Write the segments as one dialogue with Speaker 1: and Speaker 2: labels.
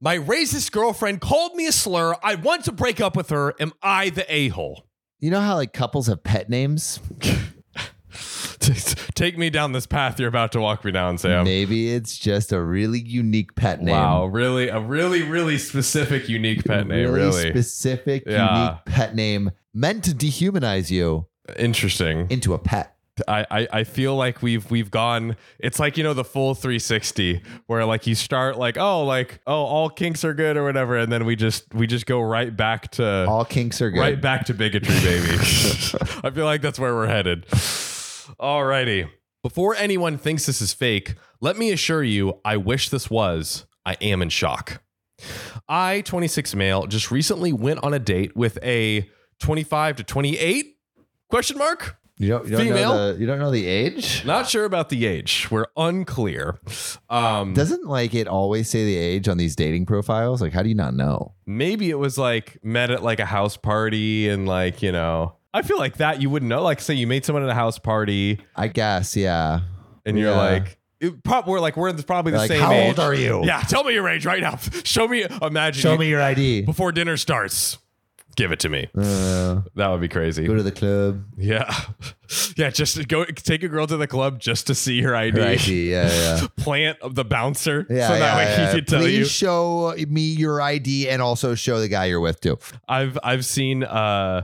Speaker 1: My racist girlfriend called me a slur. I want to break up with her. Am I the a hole?
Speaker 2: You know how like couples have pet names?
Speaker 1: Take me down this path you're about to walk me down, Sam.
Speaker 2: Maybe it's just a really unique pet name.
Speaker 1: Wow, really, a really, really specific, unique pet name. Really,
Speaker 2: specific,
Speaker 1: Yeah.
Speaker 2: unique pet name meant to dehumanize you
Speaker 1: interesting.
Speaker 2: into a pet.
Speaker 1: I, I I feel like we've we've gone. It's like you know the full 360 where like you start like oh like oh all kinks are good or whatever, and then we just we just go right back to
Speaker 2: All kinks are good.
Speaker 1: Uh, right back to bigotry, baby. I feel like that's where we're headed. Alrighty. Before anyone thinks this is fake, let me assure you, I wish this was. I am in shock. I, 26 male, just recently went on a date with a 25 to 28 question mark.
Speaker 2: You don't, you don't
Speaker 1: Female?
Speaker 2: know the you don't know the age?
Speaker 1: Not sure about the age. We're unclear. Um,
Speaker 2: Doesn't like it always say the age on these dating profiles? Like how do you not know?
Speaker 1: maybe it was like met at like a house party and like, you know, I feel like that you wouldn't know. Like, say you made someone at a house party
Speaker 2: I guess, yeah.
Speaker 1: and you're
Speaker 2: Yeah.
Speaker 1: like, it, prob- we're like, we're probably the
Speaker 2: Like,
Speaker 1: same
Speaker 2: how
Speaker 1: age.
Speaker 2: old are you?
Speaker 1: Yeah, tell me your age right now. Show me, imagine
Speaker 2: Show
Speaker 1: you-
Speaker 2: me your ID.
Speaker 1: before dinner starts. Give it to me.
Speaker 2: Uh,
Speaker 1: That would be crazy.
Speaker 2: go to the club.
Speaker 1: Yeah. Yeah, just to go take a girl to the club just to see her ID.
Speaker 2: Your ID. Yeah, yeah.
Speaker 1: Plant the bouncer
Speaker 2: Yeah,
Speaker 1: so that
Speaker 2: yeah,
Speaker 1: way
Speaker 2: yeah.
Speaker 1: he could tell
Speaker 2: Please
Speaker 1: you.
Speaker 2: show me your ID and also show the guy you're with too.
Speaker 1: I've I've seen uh,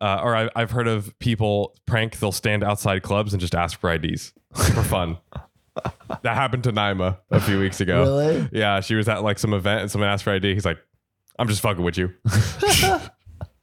Speaker 1: uh or I've, I've heard of people prank. They'll stand outside clubs and just ask for IDs for fun. that happened to Naima a few weeks ago.
Speaker 2: Really?
Speaker 1: Yeah, she was at like some event and someone asked for ID. He's like, "I'm just fucking with you."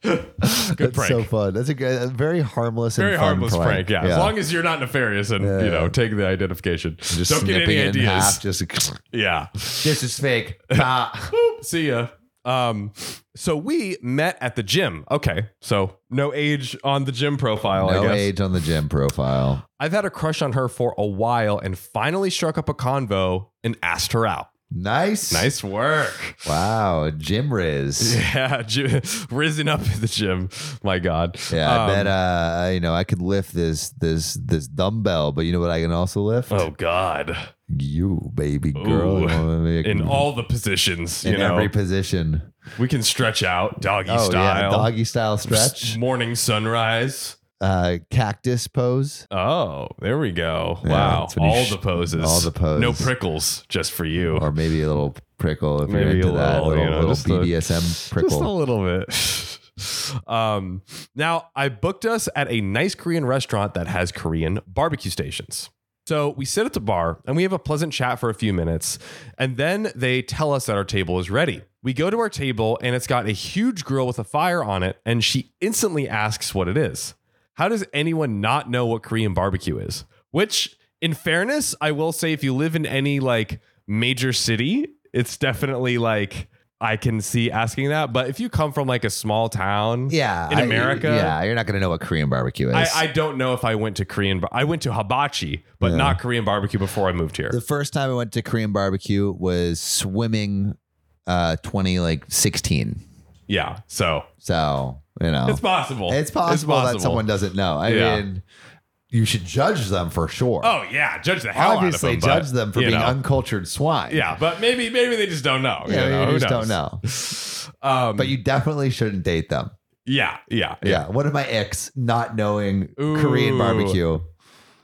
Speaker 1: Good
Speaker 2: That's so
Speaker 1: prank.
Speaker 2: fun. That's a, good, a very harmless, and
Speaker 1: Very
Speaker 2: fun
Speaker 1: harmless prank. Yeah. as long as you're not nefarious and you know
Speaker 2: Yeah.
Speaker 1: take the identification.
Speaker 2: just
Speaker 1: Don't get
Speaker 2: snipping
Speaker 1: any
Speaker 2: it in
Speaker 1: ideas.
Speaker 2: half, just
Speaker 1: Yeah.
Speaker 2: this is fake. Ah. Bah.
Speaker 1: Boop. See ya. Um, so we met at the gym. Okay, so no age on the gym profile. Oh, I
Speaker 2: no
Speaker 1: guess
Speaker 2: age on the gym profile.
Speaker 1: I've had a crush on her for a while, and finally struck up a convo and asked her out.
Speaker 2: Nice.
Speaker 1: Nice work.
Speaker 2: Wow. Gym Riz.
Speaker 1: Yeah, gy- risen up at the gym. My God.
Speaker 2: Yeah, I
Speaker 1: Um,
Speaker 2: bet uh, you know I could lift this this this dumbbell, but you know what I can also lift?
Speaker 1: Oh God!
Speaker 2: You baby girl,
Speaker 1: Ooh.
Speaker 2: You know what I mean?
Speaker 1: In all the positions,
Speaker 2: Mm-hmm. in
Speaker 1: you know,
Speaker 2: every position.
Speaker 1: we can stretch out, doggy
Speaker 2: oh yeah,
Speaker 1: style,
Speaker 2: doggy style stretch,
Speaker 1: morning sunrise.
Speaker 2: uh, cactus pose.
Speaker 1: Oh, there we go.
Speaker 2: Yeah,
Speaker 1: wow.
Speaker 2: that's what he
Speaker 1: All
Speaker 2: sh-
Speaker 1: the poses.
Speaker 2: all the poses.
Speaker 1: No prickles, just for you.
Speaker 2: or maybe a little prickle if you're
Speaker 1: Maybe
Speaker 2: into
Speaker 1: a
Speaker 2: that
Speaker 1: little,
Speaker 2: little,
Speaker 1: you know,
Speaker 2: little
Speaker 1: just a-
Speaker 2: BDSM
Speaker 1: Just a
Speaker 2: prickle.
Speaker 1: little bit. um, now, I booked us at a nice Korean restaurant that has Korean barbecue stations. So we sit at the bar and we have a pleasant chat for a few minutes. And then they tell us that our table is ready. We go to our table and it's got a huge grill with a fire on it. And she instantly asks what it is. How does anyone not know what Korean barbecue is? Which, in fairness, I will say, if you live in any like major city, it's definitely like I can see asking that. But if you come from like a small town,
Speaker 2: yeah,
Speaker 1: in
Speaker 2: I-
Speaker 1: America-
Speaker 2: yeah, you're not gonna know what Korean barbecue is.
Speaker 1: I, I don't know if I went to Korean. Bar- I went to hibachi, but
Speaker 2: Yeah.
Speaker 1: not Korean barbecue before I moved here.
Speaker 2: the first time I went to Korean barbecue was swimming, uh, twenty like sixteen.
Speaker 1: yeah, so
Speaker 2: So you know,
Speaker 1: it's possible.
Speaker 2: Oh. It's possible, that someone doesn't know. I
Speaker 1: Yeah.
Speaker 2: mean, you should judge them for sure.
Speaker 1: Oh yeah, judge the hell
Speaker 2: Obviously,
Speaker 1: out of them. but,
Speaker 2: judge them for
Speaker 1: you
Speaker 2: being
Speaker 1: know,
Speaker 2: uncultured swine.
Speaker 1: yeah, but maybe maybe they just don't know.
Speaker 2: yeah,
Speaker 1: you know,
Speaker 2: you
Speaker 1: who
Speaker 2: just
Speaker 1: knows?
Speaker 2: don't know.
Speaker 1: Um,
Speaker 2: But you definitely shouldn't date them.
Speaker 1: yeah, yeah, yeah.
Speaker 2: Yeah, one of my ex not knowing
Speaker 1: Ooh.
Speaker 2: Korean barbecue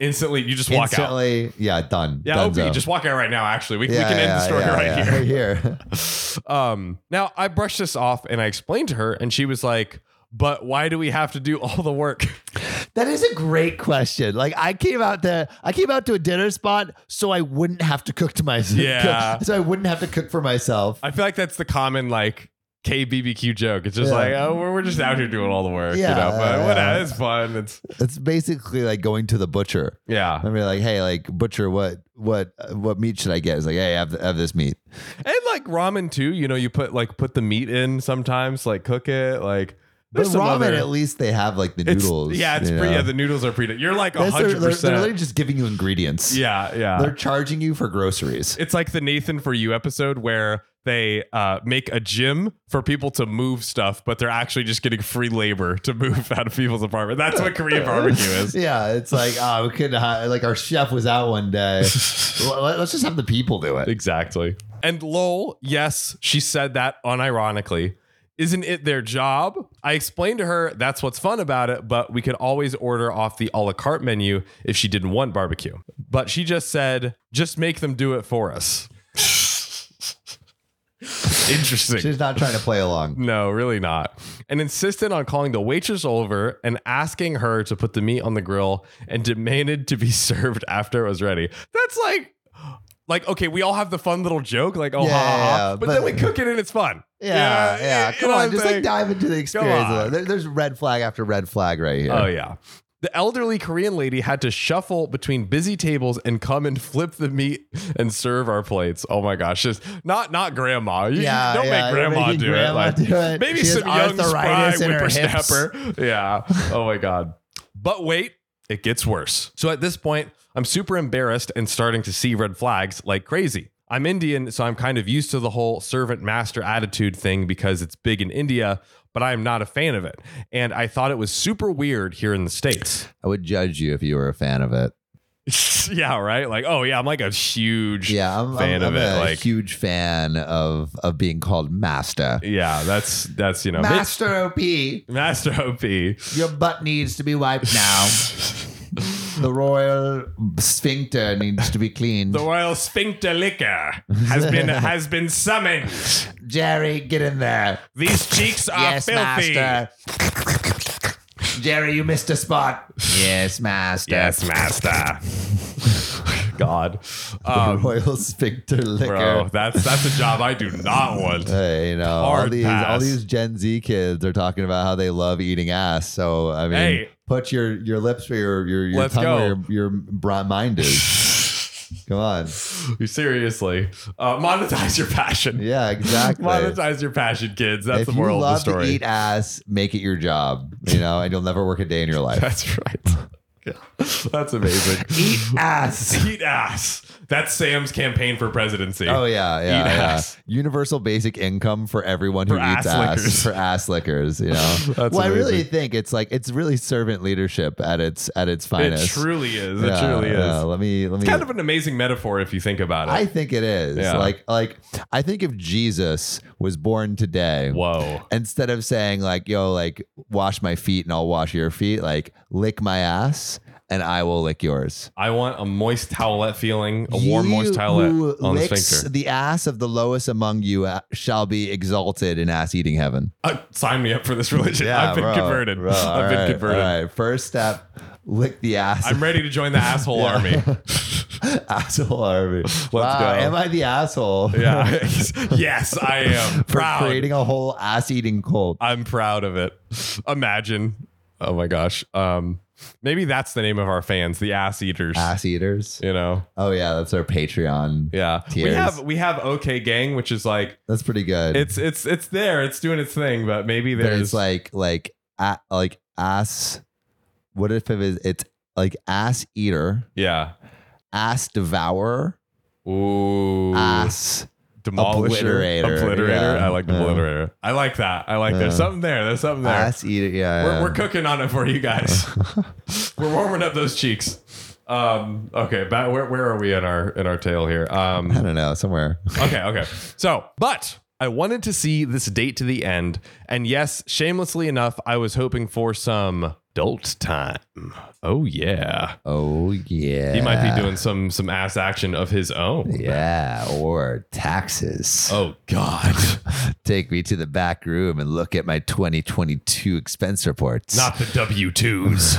Speaker 1: Instantly, you just walk out.
Speaker 2: instantly. Yeah, done.
Speaker 1: Yeah,
Speaker 2: Dunzo.
Speaker 1: OP, just walk out right now. Actually, we, we
Speaker 2: Yeah,
Speaker 1: can end
Speaker 2: yeah,
Speaker 1: the story
Speaker 2: yeah,
Speaker 1: right
Speaker 2: yeah.
Speaker 1: here.
Speaker 2: Right here.
Speaker 1: Um, now I brushed this off and I explained to her, and she was like, "But why do we have to do all the work?"
Speaker 2: That is a great question. Like I came out to I came out to a dinner spot so I wouldn't have to cook to myself.
Speaker 1: Yeah.
Speaker 2: so I wouldn't have to cook for myself.
Speaker 1: I feel like that's the common like KBBQ joke. It's just
Speaker 2: Yeah.
Speaker 1: like, oh, we're, we're just out here doing all the work, you
Speaker 2: Yeah,
Speaker 1: know. But
Speaker 2: yeah,
Speaker 1: whatever,
Speaker 2: yeah.
Speaker 1: it's fun. It's
Speaker 2: It's basically like going to the butcher.
Speaker 1: yeah,
Speaker 2: I mean, like, hey, like butcher, what, what, what meat should I get? It's like, hey, have, have this meat.
Speaker 1: and like ramen too. You know, you put like put the meat in sometimes, like cook it, like.
Speaker 2: But
Speaker 1: there's some
Speaker 2: ramen,
Speaker 1: other-
Speaker 2: at least they have like the
Speaker 1: it's-
Speaker 2: noodles.
Speaker 1: yeah, it's
Speaker 2: you
Speaker 1: pretty.
Speaker 2: know?
Speaker 1: Yeah, the noodles are pretty. You're like
Speaker 2: That's- they're,
Speaker 1: hundred
Speaker 2: they're, they're literally
Speaker 1: percent.
Speaker 2: just giving you ingredients.
Speaker 1: Yeah, yeah.
Speaker 2: they're charging you for groceries.
Speaker 1: It's like the Nathan for You episode where they uh, make a gym for people to move stuff, but they're actually just getting free labor to move out of people's apartment. That's what Korean barbecue is.
Speaker 2: yeah, it's like, oh, we couldn't hi- like our chef was out one day. Let- Let's just have the people do it.
Speaker 1: Exactly. And lol, yes, she said that unironically. Isn't it their job? I explained to her that's what's fun about it, but we could always order off the a la carte menu if she didn't want barbecue. But she just said, just make them do it for us. Interesting.
Speaker 2: She's not trying to play along.
Speaker 1: No, really not. And insisted on calling the waitress over and asking her to put the meat on the grill and demanded to be served after it was ready. That's like, like okay, we all have the fun little joke, like oh, ha, ha, ha,
Speaker 2: Yeah,
Speaker 1: but,
Speaker 2: but-
Speaker 1: then we cook it and it's fun.
Speaker 2: Yeah, yeah.
Speaker 1: you- you
Speaker 2: Come
Speaker 1: know what
Speaker 2: on,
Speaker 1: I'm
Speaker 2: just like
Speaker 1: saying?
Speaker 2: dive into the experience.
Speaker 1: on.
Speaker 2: Of it. There- There's red flag after red flag right here.
Speaker 1: Oh yeah. The elderly Korean lady had to shuffle between busy tables and come and flip the meat and serve our plates. Oh my gosh, just not not grandma. You- you
Speaker 3: Yeah,
Speaker 1: don't
Speaker 3: yeah,
Speaker 1: make
Speaker 3: you're
Speaker 1: grandma,
Speaker 3: making
Speaker 1: do, it.
Speaker 3: grandma
Speaker 1: Like,
Speaker 3: do it.
Speaker 1: Maybe
Speaker 3: She has
Speaker 1: some young spry
Speaker 3: arthritis in her
Speaker 1: whippersnapper. Yeah. Oh my god. But wait, it gets worse. So at this point, I'm super embarrassed and starting to see red flags like crazy. I'm Indian, so I'm kind of used to the whole servant master attitude thing because it's big in India, but I am not a fan of it. And I thought it was super weird here in the States.
Speaker 2: I would judge you if you were a fan of it.
Speaker 1: yeah, right? Like, oh, yeah, I'm like a huge
Speaker 2: Yeah, I'm,
Speaker 1: fan
Speaker 2: I'm,
Speaker 1: of
Speaker 2: I'm
Speaker 1: it.
Speaker 2: a
Speaker 1: Like,
Speaker 2: huge fan of of being called master.
Speaker 1: yeah, that's, that's, you know,
Speaker 3: Master OP, your
Speaker 1: Master OP.
Speaker 3: butt needs to be wiped now. the royal
Speaker 2: Sphincter needs to be cleaned.
Speaker 1: The royal sphincter liquor has been has been summoned.
Speaker 3: Jerry, get in there.
Speaker 1: These cheeks are
Speaker 3: yes,
Speaker 1: Ah, filthy.
Speaker 3: master. Jerry, you missed a spot. Yes, master.
Speaker 1: Yes, master. God, um,
Speaker 2: Royal sphincter liquor.
Speaker 1: bro, that's that's a job I do not want.
Speaker 2: Hey, you know, all
Speaker 1: Hard
Speaker 2: these all
Speaker 1: pass.
Speaker 2: these Gen Z kids are talking about how they love eating ass. So I mean,
Speaker 1: Hey.
Speaker 2: put your your lips where your your, your
Speaker 1: Let's
Speaker 2: tongue where
Speaker 1: go.
Speaker 2: your, your bra- mind is. Come on,
Speaker 1: Seriously, uh, monetize your passion.
Speaker 2: yeah, exactly.
Speaker 1: Monetize your passion, kids. That's
Speaker 2: if
Speaker 1: the
Speaker 2: you
Speaker 1: moral of the
Speaker 2: love
Speaker 1: story.
Speaker 2: to eat ass, make it your job. You know, and you'll never work a day in your life.
Speaker 1: That's right. Yeah. That's amazing.
Speaker 3: Eat ass.
Speaker 1: eat ass. That's Sam's campaign for presidency.
Speaker 2: Oh yeah, yeah,
Speaker 1: Eat
Speaker 2: yeah.
Speaker 1: ass.
Speaker 2: Universal basic income for everyone who
Speaker 1: For ass
Speaker 2: eats ass
Speaker 1: lickers.
Speaker 2: for ass lickers. You know,
Speaker 1: That's
Speaker 2: well, I really
Speaker 1: amazing.
Speaker 2: think it's like it's really servant leadership at its at its finest.
Speaker 1: it truly is.
Speaker 2: Yeah,
Speaker 1: it truly is.
Speaker 2: yeah. Let me let me.
Speaker 1: It's kind of an amazing metaphor if you think about it.
Speaker 2: I think it is.
Speaker 1: Yeah.
Speaker 2: Like like I think if Jesus was born today,
Speaker 1: Whoa.
Speaker 2: instead of saying like yo like wash my feet and I'll wash your feet, like lick my ass and I will lick yours.
Speaker 1: I want a moist towelette feeling, a warm
Speaker 2: He
Speaker 1: moist
Speaker 2: who
Speaker 1: towelette on the
Speaker 2: licks
Speaker 1: sphincter.
Speaker 2: the ass of the lowest among you uh, shall be exalted in ass eating heaven.
Speaker 1: Uh, sign me up for this religion. I've been
Speaker 2: bro,
Speaker 1: converted.
Speaker 2: bro, all
Speaker 1: I've been
Speaker 2: right,
Speaker 1: converted.
Speaker 2: All right, first step, lick the ass.
Speaker 1: I'm ready to join the asshole army.
Speaker 2: asshole army. Let's wow,
Speaker 1: go.
Speaker 2: Am I the asshole?
Speaker 1: Yeah. yes, I am
Speaker 2: For
Speaker 1: proud.
Speaker 2: creating a whole ass eating cult.
Speaker 1: I'm proud of it. Imagine. Oh my gosh. Um, maybe that's the name of our fans, the ass eaters.
Speaker 2: ass eaters.
Speaker 1: You know.
Speaker 2: Oh yeah, that's our Patreon.
Speaker 1: Yeah. We
Speaker 2: Tears.
Speaker 1: have we have OK Gang, which is like
Speaker 2: That's pretty good.
Speaker 1: it's it's it's there, it's doing its thing, but maybe
Speaker 2: but
Speaker 1: there's
Speaker 2: it's like like a, like ass. What if it is? It's like ass eater,
Speaker 1: yeah.
Speaker 2: ass devourer,
Speaker 1: Ooh.
Speaker 2: ass.
Speaker 1: demolisher,
Speaker 2: Obliterator.
Speaker 1: obliterator.
Speaker 2: Yeah.
Speaker 1: I like
Speaker 2: Yeah.
Speaker 1: obliterator. I like that. I like
Speaker 2: Yeah.
Speaker 1: there's something there. There's something there.
Speaker 2: Ass eater, yeah.
Speaker 1: we're, we're cooking on it for you guys. we're warming up those cheeks. Um, okay, but where, where are we in our in our tale here? Um,
Speaker 2: I don't know, somewhere.
Speaker 1: okay, okay. So, but I wanted to see this date to the end, and yes, shamelessly enough, I was hoping for some adult time. Oh yeah,
Speaker 2: Oh yeah,
Speaker 1: he might be doing some some ass action of his own.
Speaker 2: Yeah, or taxes.
Speaker 1: Oh god, Oh.
Speaker 2: Take me to the back room and look at my 2022 expense reports.
Speaker 1: not the W twos.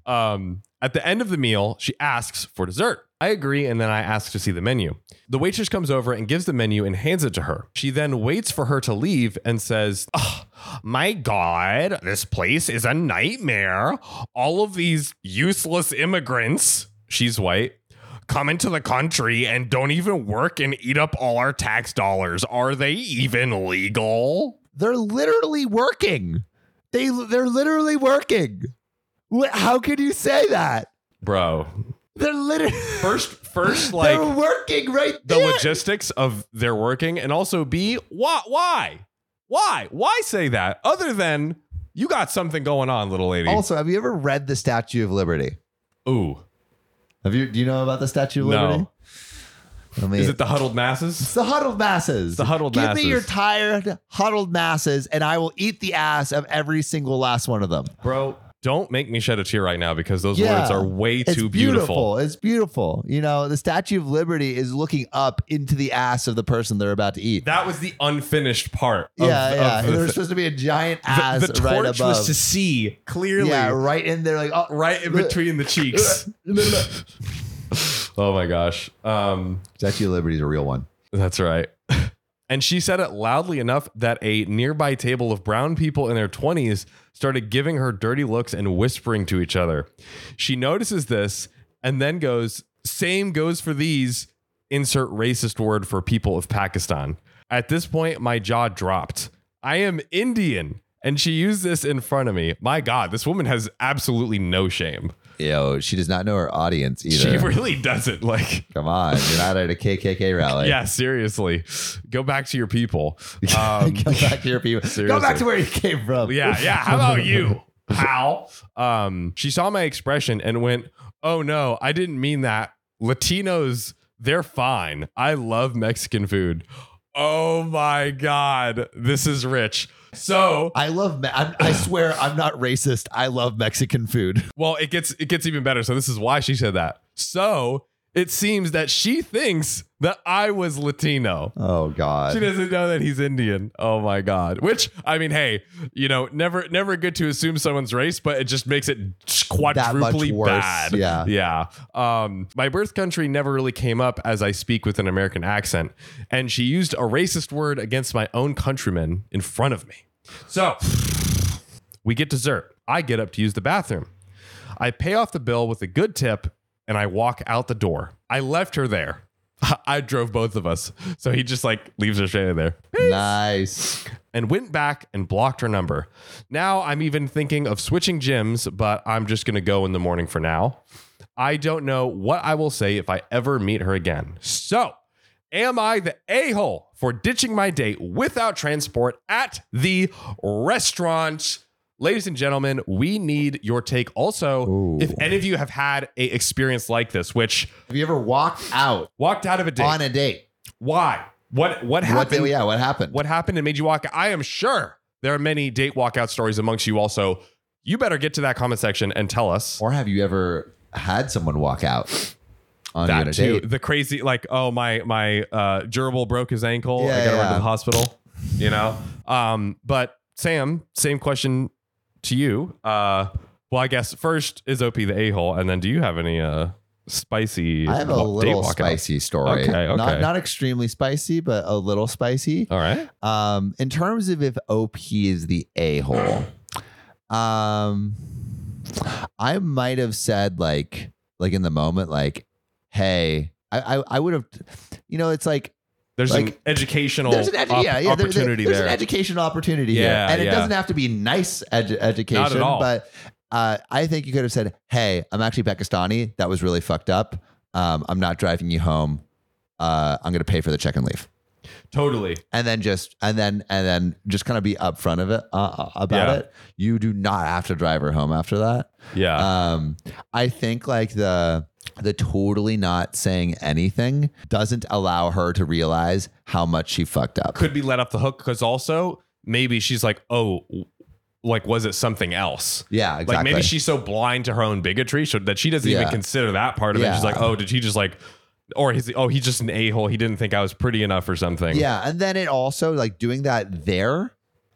Speaker 1: um, at the end of the meal, she asks for dessert. I agree, and then I ask to see the menu. The waitress comes over and gives the menu and hands it to her. She then waits for her to leave and says, oh, My God, this place is a nightmare. All of these useless immigrants, she's white, come into the country and don't even work and eat up all our tax dollars. Are they even legal?
Speaker 2: They're literally working. They they're literally working. What, how could you say that?
Speaker 1: Bro,
Speaker 2: They're literally
Speaker 1: first, first,
Speaker 2: they're working right
Speaker 1: the
Speaker 2: there.
Speaker 1: logistics of their working and also b why why why why say that other than you got something going on little lady
Speaker 2: also, have you ever read the Statue of Liberty?
Speaker 1: ooh
Speaker 2: Have you do you know about the Statue of
Speaker 1: No.
Speaker 2: Liberty? Let me-
Speaker 1: Is it the huddled
Speaker 2: It's
Speaker 1: masses?
Speaker 2: the huddled masses.
Speaker 1: the huddled
Speaker 2: Give
Speaker 1: masses.
Speaker 2: me your tired huddled masses, and I will eat the ass of every single last one of them.
Speaker 1: Bro, don't make me shed a tear right now because those
Speaker 2: Yeah.
Speaker 1: words are way
Speaker 2: It's
Speaker 1: too beautiful.
Speaker 2: It's beautiful. You know, the Statue of Liberty is looking up into the ass of the person they're about to eat.
Speaker 1: That was the unfinished part. Of,
Speaker 2: yeah,
Speaker 1: of
Speaker 2: yeah.
Speaker 1: the-
Speaker 2: There's supposed to be a giant
Speaker 1: the,
Speaker 2: ass
Speaker 1: the torch
Speaker 2: right
Speaker 1: was
Speaker 2: above.
Speaker 1: to see clearly
Speaker 2: yeah, right in there, like oh,
Speaker 1: right in between the cheeks. oh my gosh. Um,
Speaker 2: Statue of Liberty is a real one.
Speaker 1: That's right. And she said it loudly enough that a nearby table of brown people in their 20s started giving her dirty looks and whispering to each other. She notices this and then goes, Same goes for these. Insert racist word for people of Pakistan. At this point, my jaw dropped. I am Indian. And she used this in front of me. My God, this woman has absolutely no shame.
Speaker 2: Yo, she does not know her audience
Speaker 1: She
Speaker 2: either.
Speaker 1: really doesn't. Like,
Speaker 2: Come on, you're not at a KKK rally.
Speaker 1: yeah, seriously. Go back to your people. Um,
Speaker 2: Go back to your people. Go
Speaker 1: Seriously.
Speaker 2: back to where you came from.
Speaker 1: Yeah, yeah. How about you? How? Um, she saw my expression and went, "Oh no, I didn't mean that. Latinos, they're fine. I love Mexican food." Oh my god, this is rich. So,
Speaker 2: I love. Me- I'm, I swear, I'm not racist. I love Mexican food.
Speaker 1: well, it gets it gets even better. So this is why she said that. So it seems that she thinks that I was Latino.
Speaker 2: Oh God.
Speaker 1: She doesn't know that he's Indian. Oh my god. Which I mean, hey, you know, never never good to assume someone's race, but it just makes it quadruply
Speaker 2: worse,
Speaker 1: bad.
Speaker 2: yeah.
Speaker 1: Yeah. Um, my birth country never really came up as I speak with an American accent, and she used a racist word against my own countrymen in front of me. So we get dessert. I get up to use the bathroom. I pay off the bill with a good tip and I walk out the door. I left her there. I drove both of us. So he just like leaves her stranded there
Speaker 2: Nice.
Speaker 1: and went back and blocked her number. Now I'm even thinking of switching gyms, but I'm just going to go in the morning for now. I don't know what I will say if I ever meet her again. So, am I the a hole for ditching my date without transport at the restaurant? Ladies and gentlemen, we need your take. Also,
Speaker 2: Ooh.
Speaker 1: if any of you have had a experience like this, which
Speaker 2: Have you ever walked out
Speaker 1: walked out of a date,
Speaker 2: on a date?
Speaker 1: why? What what
Speaker 2: What
Speaker 1: happened?
Speaker 2: did, yeah, what happened?
Speaker 1: what happened and made you walk i am sure there are many date walkout stories amongst you also you better get to that comment section and tell us
Speaker 2: Or have you ever had someone walk out on you on
Speaker 1: that
Speaker 2: a
Speaker 1: too
Speaker 2: date?
Speaker 1: the crazy like oh my my uh gerbil broke his ankle i
Speaker 2: Yeah,
Speaker 1: gotta run
Speaker 2: yeah.
Speaker 1: to the hospital you know um but sam same question to you uh well i guess first is op the a-hole and then do you have any uh spicy
Speaker 2: I have a
Speaker 1: wa-
Speaker 2: little
Speaker 1: walkout?
Speaker 2: spicy story.
Speaker 1: Okay, okay.
Speaker 2: Not not extremely spicy, but a little spicy.
Speaker 1: all right
Speaker 2: Um, in terms of if OP is the a hole, um, I might have said like, like in the moment, like, hey, I, I, I would have, you know, it's like
Speaker 1: there's an
Speaker 2: Like,
Speaker 1: educational
Speaker 2: there's an edu-
Speaker 1: op-
Speaker 2: yeah, yeah, there- there-
Speaker 1: opportunity
Speaker 2: there's
Speaker 1: there
Speaker 2: an educational opportunity
Speaker 1: Yeah,
Speaker 2: here, and
Speaker 1: yeah.
Speaker 2: it doesn't have to be nice edu- education.
Speaker 1: Not at all.
Speaker 2: But uh, I think you could have said, "Hey, I'm actually Pakistani. That was really fucked up. Um, I'm not driving you home. Uh, I'm going to pay for the check and leave."
Speaker 1: totally
Speaker 2: And then just and then and then just kind of be upfront of it uh, uh, about
Speaker 1: Yeah.
Speaker 2: it. You do not have to drive her home after that.
Speaker 1: yeah
Speaker 2: Um, I think like the the totally not saying anything doesn't allow her to realize how much she fucked up.
Speaker 1: could be let off the hook because also maybe she's like, oh, w- like was it something else?
Speaker 2: Yeah, exactly.
Speaker 1: Like maybe she's so blind to her own bigotry so that she doesn't even
Speaker 2: Yeah.
Speaker 1: consider that part of it. She's
Speaker 2: Yeah.
Speaker 1: like, oh, did he just like, or he's oh he's just an a hole. He didn't think I was pretty enough or something.
Speaker 2: Yeah, and then it also like doing that there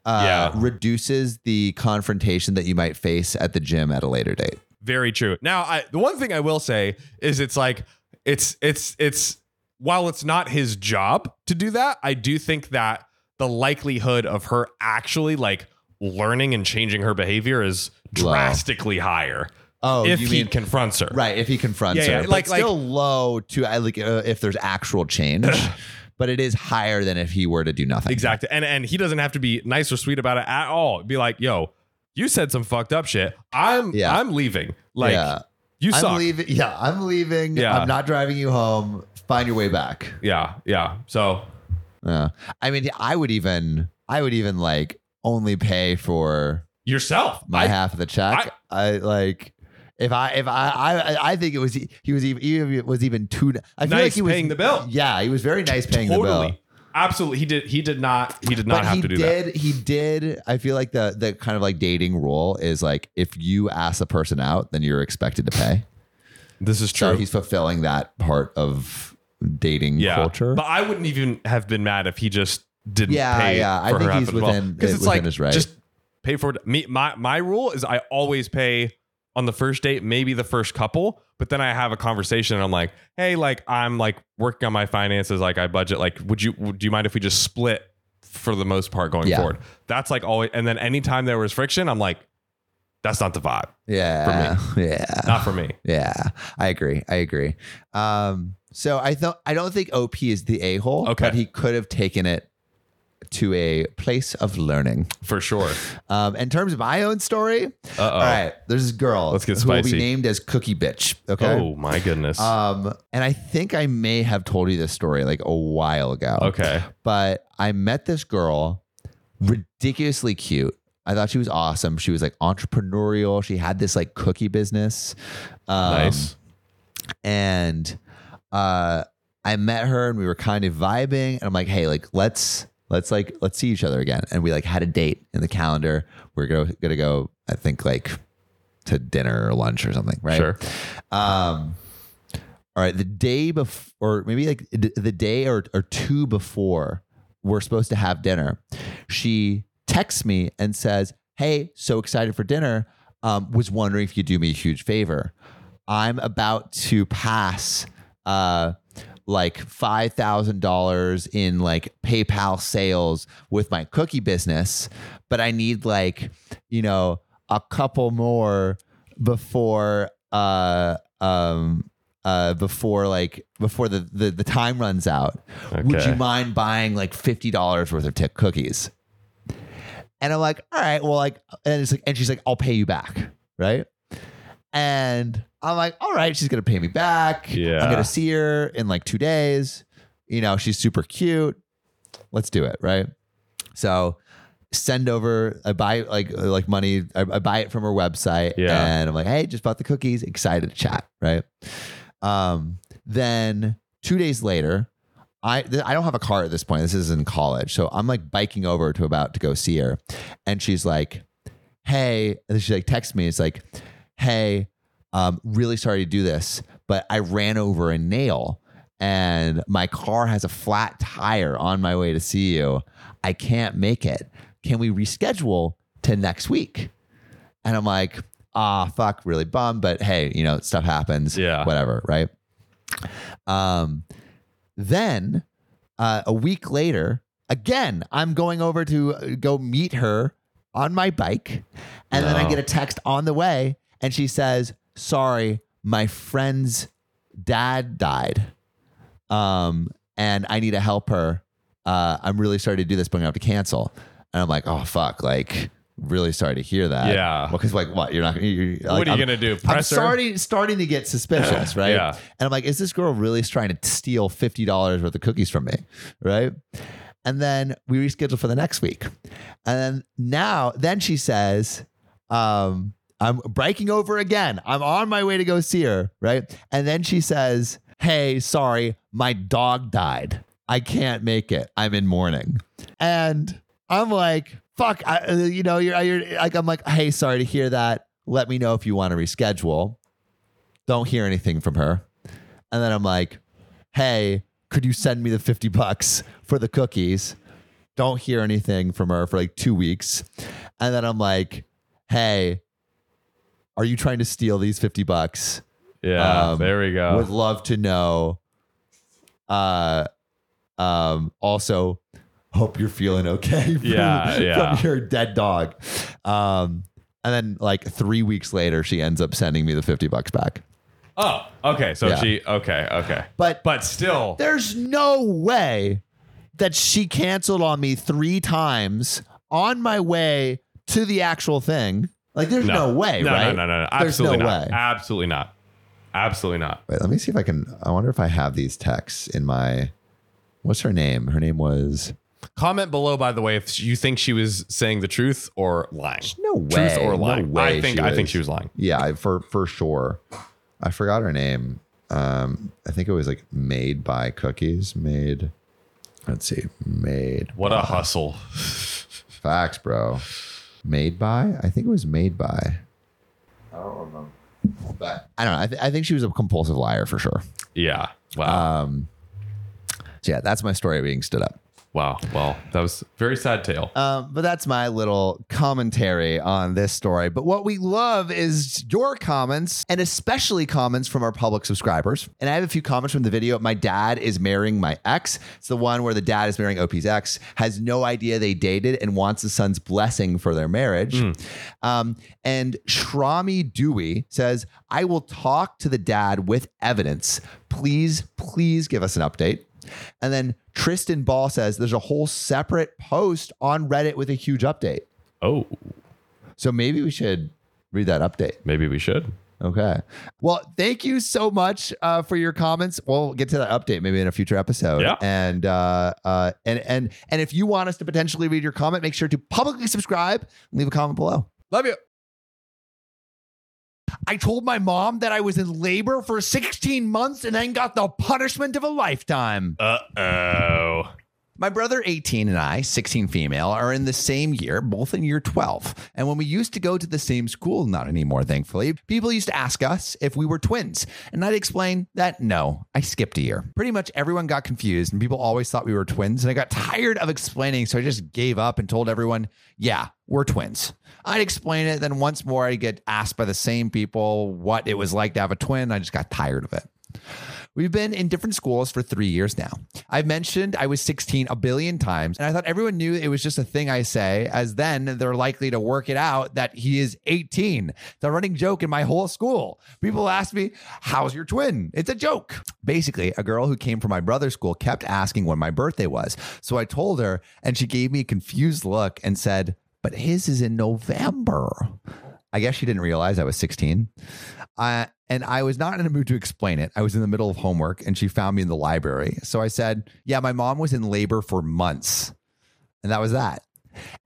Speaker 2: uh,
Speaker 1: Yeah.
Speaker 2: reduces the confrontation that you might face at the gym at a later date.
Speaker 1: Very true. Now, I, the one thing I will say is it's like it's it's it's while it's not his job to do that, I do think that the likelihood of her actually like learning and changing her behavior is
Speaker 2: Low.
Speaker 1: drastically higher
Speaker 2: Oh,
Speaker 1: if
Speaker 2: you
Speaker 1: he
Speaker 2: mean
Speaker 1: confronts her.
Speaker 2: right? If he confronts
Speaker 1: Yeah, yeah,
Speaker 2: her,
Speaker 1: like-
Speaker 2: like, but still low to I like uh, if there's actual change, but it is higher than if he were to do nothing.
Speaker 1: Exactly. And and he doesn't have to be nice or sweet about it at all. Be like, yo, you said some fucked up shit. I'm
Speaker 2: Yeah.
Speaker 1: I'm leaving. Like
Speaker 2: Yeah.
Speaker 1: you
Speaker 2: I'm
Speaker 1: suck.
Speaker 2: leaving. Yeah, I'm leaving.
Speaker 1: Yeah.
Speaker 2: I'm not driving you home. Find your way back.
Speaker 1: yeah, yeah. So
Speaker 2: Yeah. I mean, I would even, I would even like only pay for
Speaker 1: yourself.
Speaker 2: my
Speaker 1: I-
Speaker 2: half of the check. I, like If I if I I, I think it was he he was even even was even too. I feel
Speaker 1: Nice
Speaker 2: like he was
Speaker 1: paying the bill.
Speaker 2: Yeah, he was very nice paying the bill.
Speaker 1: Totally. Absolutely. He did he did not he did not
Speaker 2: but
Speaker 1: have
Speaker 2: he
Speaker 1: to do that.
Speaker 2: did. He did. I feel like the the kind of like dating rule is like if you ask a person out, then you're expected to pay.
Speaker 1: This is
Speaker 2: So
Speaker 1: true.
Speaker 2: he's fulfilling that part of dating
Speaker 1: yeah.
Speaker 2: culture.
Speaker 1: But I wouldn't even have been mad if he just didn't
Speaker 2: Yeah,
Speaker 1: pay.
Speaker 2: yeah. I
Speaker 1: for her
Speaker 2: think he's
Speaker 1: outfit as well.
Speaker 2: within-
Speaker 1: 'Cause it's
Speaker 2: within
Speaker 1: like
Speaker 2: his right.
Speaker 1: just pay for it. Me my my rule is I always pay on the first date, maybe the first couple, but then I have a conversation and I'm like, hey, like I'm like working on my finances, like I budget, like would you would, do you mind if we just split for the most part going
Speaker 2: Yeah.
Speaker 1: forward? That's like always and then anytime there was friction, I'm like, that's not the vibe.
Speaker 2: yeah, yeah.
Speaker 1: Not for me.
Speaker 2: Yeah, I agree. I agree. Um, so I thought I don't think OP is the a hole,
Speaker 1: Okay.
Speaker 2: but he could have taken it to a place of learning.
Speaker 1: For sure.
Speaker 2: Um, in terms of my own story,
Speaker 1: Uh oh.
Speaker 2: all right, there's this girl.
Speaker 1: Let's get
Speaker 2: who will be
Speaker 1: spicy.
Speaker 2: named as Cookie Bitch. Okay.
Speaker 1: Oh my goodness.
Speaker 2: Um, and I think I may have told you this story like a while ago.
Speaker 1: okay.
Speaker 2: But I met this girl, ridiculously cute. I thought she was awesome. She was like entrepreneurial. She had this like cookie business. Um,
Speaker 1: nice.
Speaker 2: and uh I met her and we were kind of vibing and I'm like, "Hey, like let's let's like let's see each other again." And we like had a date in the calendar. We're going to going to go I think like to dinner or lunch or something, right?
Speaker 1: Sure.
Speaker 2: Um all right, the day before, or maybe like d- the day or, or two before we're supposed to have dinner, she texts me and says, Hey, so excited for dinner. Um, was wondering if you'd do me a huge favor. I'm about to pass uh, like $5,000 in like PayPal sales with my cookie business, but I need like, you know, a couple more before uh um uh before like before the the, the time runs out would
Speaker 1: Okay.
Speaker 2: you mind buying like $50 worth of tick cookies and i'm like all right well like and it's like and she's like i'll pay you back right and i'm like all right she's gonna pay me back
Speaker 1: Yeah.
Speaker 2: i'm gonna see her in like two days you know she's super cute let's do it right so send over i buy like uh, like money i, I buy it from her website
Speaker 1: Yeah.
Speaker 2: and i'm like hey just bought the cookies excited to chat right um then two days later I, th- I don't have a car at this point. This is in college. So I'm like biking over to about to go see her. And she's like, hey, and then she like texts me. It's like, hey, um, really sorry to do this, but I ran over a nail and my car has a flat tire on my way to see you. I can't make it. Can we reschedule to next week? And I'm like, ah, fuck, really bummed, but hey, you know, stuff happens.
Speaker 1: Yeah.
Speaker 2: Whatever, right? Um, then uh, a week later, again, I'm going over to uh, go meet her on my bike. And then I
Speaker 1: No.
Speaker 2: get a text on the way, and she says, Sorry, my friend's dad died. Um, and I need to help her. Uh, I'm really sorry to do this, but I'm gonna have to cancel. And I'm like, oh fuck, like really sorry to hear that.
Speaker 1: Yeah.
Speaker 2: Because like what you're not. You're, like,
Speaker 1: what are you
Speaker 2: I'm-
Speaker 1: gonna do?
Speaker 2: I'm
Speaker 1: Press her?
Speaker 2: starting starting to get suspicious, right?
Speaker 1: Yeah.
Speaker 2: And I'm like, is this girl really trying to steal fifty dollars worth of cookies from me, right? And then we reschedule for the next week, and then now then she says, um, "I'm breaking over again. I'm on my way to go see her, right?" And then she says, "Hey, sorry, my dog died. I can't make it. I'm in mourning." And I'm like, fuck, I, uh, you know, you're, you're like, I'm like, hey, sorry to hear that. Let me know if you want to reschedule. Don't hear anything from her. And then I'm like, hey, could you send me the 50 bucks for the cookies? Don't hear anything from her for like two weeks. And then I'm like, hey, are you trying to steal these 50 bucks?
Speaker 1: Yeah.
Speaker 2: Um,
Speaker 1: there we go.
Speaker 2: Would love to know. Uh, um, also, hope you're feeling okay from,
Speaker 1: Yeah, yeah.
Speaker 2: from your dead dog. Um, and then like three weeks later, she ends up sending me the 50 bucks back.
Speaker 1: oh, okay. So
Speaker 2: Yeah.
Speaker 1: she. Okay. Okay.
Speaker 2: But,
Speaker 1: But still.
Speaker 2: there's no way that she canceled on me three times on my way to the actual thing. Like, there's no, way,
Speaker 1: no,
Speaker 2: right?
Speaker 1: No. No. No. no.
Speaker 2: There's
Speaker 1: Absolutely
Speaker 2: no
Speaker 1: not.
Speaker 2: way.
Speaker 1: Absolutely not. Absolutely not.
Speaker 2: Wait, let me see if I can. I wonder if I have these texts in my. What's her name? Her name was
Speaker 1: Comment below, by the way, if you think she was saying the truth or lying.
Speaker 2: No way.
Speaker 1: Truth or
Speaker 2: No
Speaker 1: lying.
Speaker 2: way
Speaker 1: I think
Speaker 2: she
Speaker 1: I think
Speaker 2: was-
Speaker 1: she was lying.
Speaker 2: Yeah, I, for for sure. I forgot her name. Um, I think it was like made by cookies. Made. Let's see. Made
Speaker 1: What a hustle.
Speaker 2: facts, bro. Made by. I think it was made by. I don't remember. But I don't know. I, th- I think she was a compulsive liar for sure.
Speaker 1: Yeah. Wow.
Speaker 2: Um, so yeah, that's my story of being stood up.
Speaker 1: wow. Well, that was a very sad tale.
Speaker 2: Um, but that's my little commentary on this story. But what we love is your comments and especially comments from our public subscribers. And I have a few comments from the video. My dad is marrying my ex. It's the one where the dad is marrying OP's ex, has no idea they dated, and wants the son's blessing for their marriage. Um, and Shrami Dewey says, I will talk to the dad with evidence. Please, please give us an update. And then Tristan Ball says there's a whole separate post on Reddit with a huge update.
Speaker 1: oh,
Speaker 2: So maybe we should read that update.
Speaker 1: maybe we should.
Speaker 2: Okay. Well, thank you so much uh, for your comments. We'll get to that update maybe in a future episode.
Speaker 1: Yeah.
Speaker 2: And uh, uh, and and and if you want us to potentially read your comment, make sure to publicly subscribe and leave a comment below.
Speaker 1: Love you.
Speaker 3: I told my mom that I was in labor for 16 months and then got the punishment of a lifetime.
Speaker 1: Uh oh.
Speaker 2: My brother, 18, and I, 16 female, are in the same year, both in year 12. And when we used to go to the same school, not anymore, thankfully, people used to ask us if we were twins. And I'd explain that no, I skipped a year. Pretty much everyone got confused and people always thought we were twins. And I got tired of explaining. So I just gave up and told everyone, yeah, we're twins. I'd explain it. Then once more, I'd get asked by the same people what it was like to have a twin. I just got tired of it. We've been in different schools for three years now. I've mentioned I was 16 a billion times, and I thought everyone knew it was just a thing I say, as then they're likely to work it out that he is 18. The running joke in my whole school. People ask me, How's your twin? It's a joke. Basically, a girl who came from my brother's school kept asking when my birthday was. So I told her, and she gave me a confused look and said, But his is in November. I guess she didn't realize I was 16. Uh, and I was not in a mood to explain it. I was in the middle of homework and she found me in the library. So I said, Yeah, my mom was in labor for months. And that was that.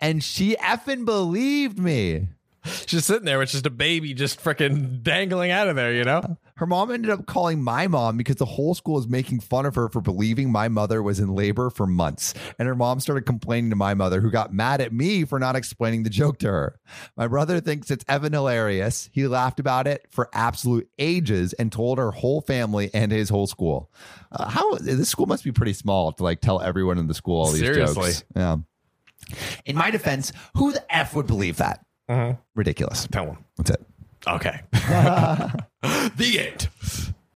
Speaker 2: And she effing believed me.
Speaker 1: She's sitting there with just a baby just freaking dangling out of there, you know?
Speaker 2: Her mom ended up calling my mom because the whole school was making fun of her for believing my mother was in labor for months. And her mom started complaining to my mother, who got mad at me for not explaining the joke to her. My brother thinks it's Evan hilarious. He laughed about it for absolute ages and told her whole family and his whole school. Uh, how this school must be pretty small to like tell everyone in the school all these
Speaker 1: Seriously.
Speaker 2: jokes. Yeah. In my defense, who the f would believe that?
Speaker 1: Uh-huh.
Speaker 2: Ridiculous.
Speaker 1: Tell him.
Speaker 2: That's it.
Speaker 1: Okay. the end.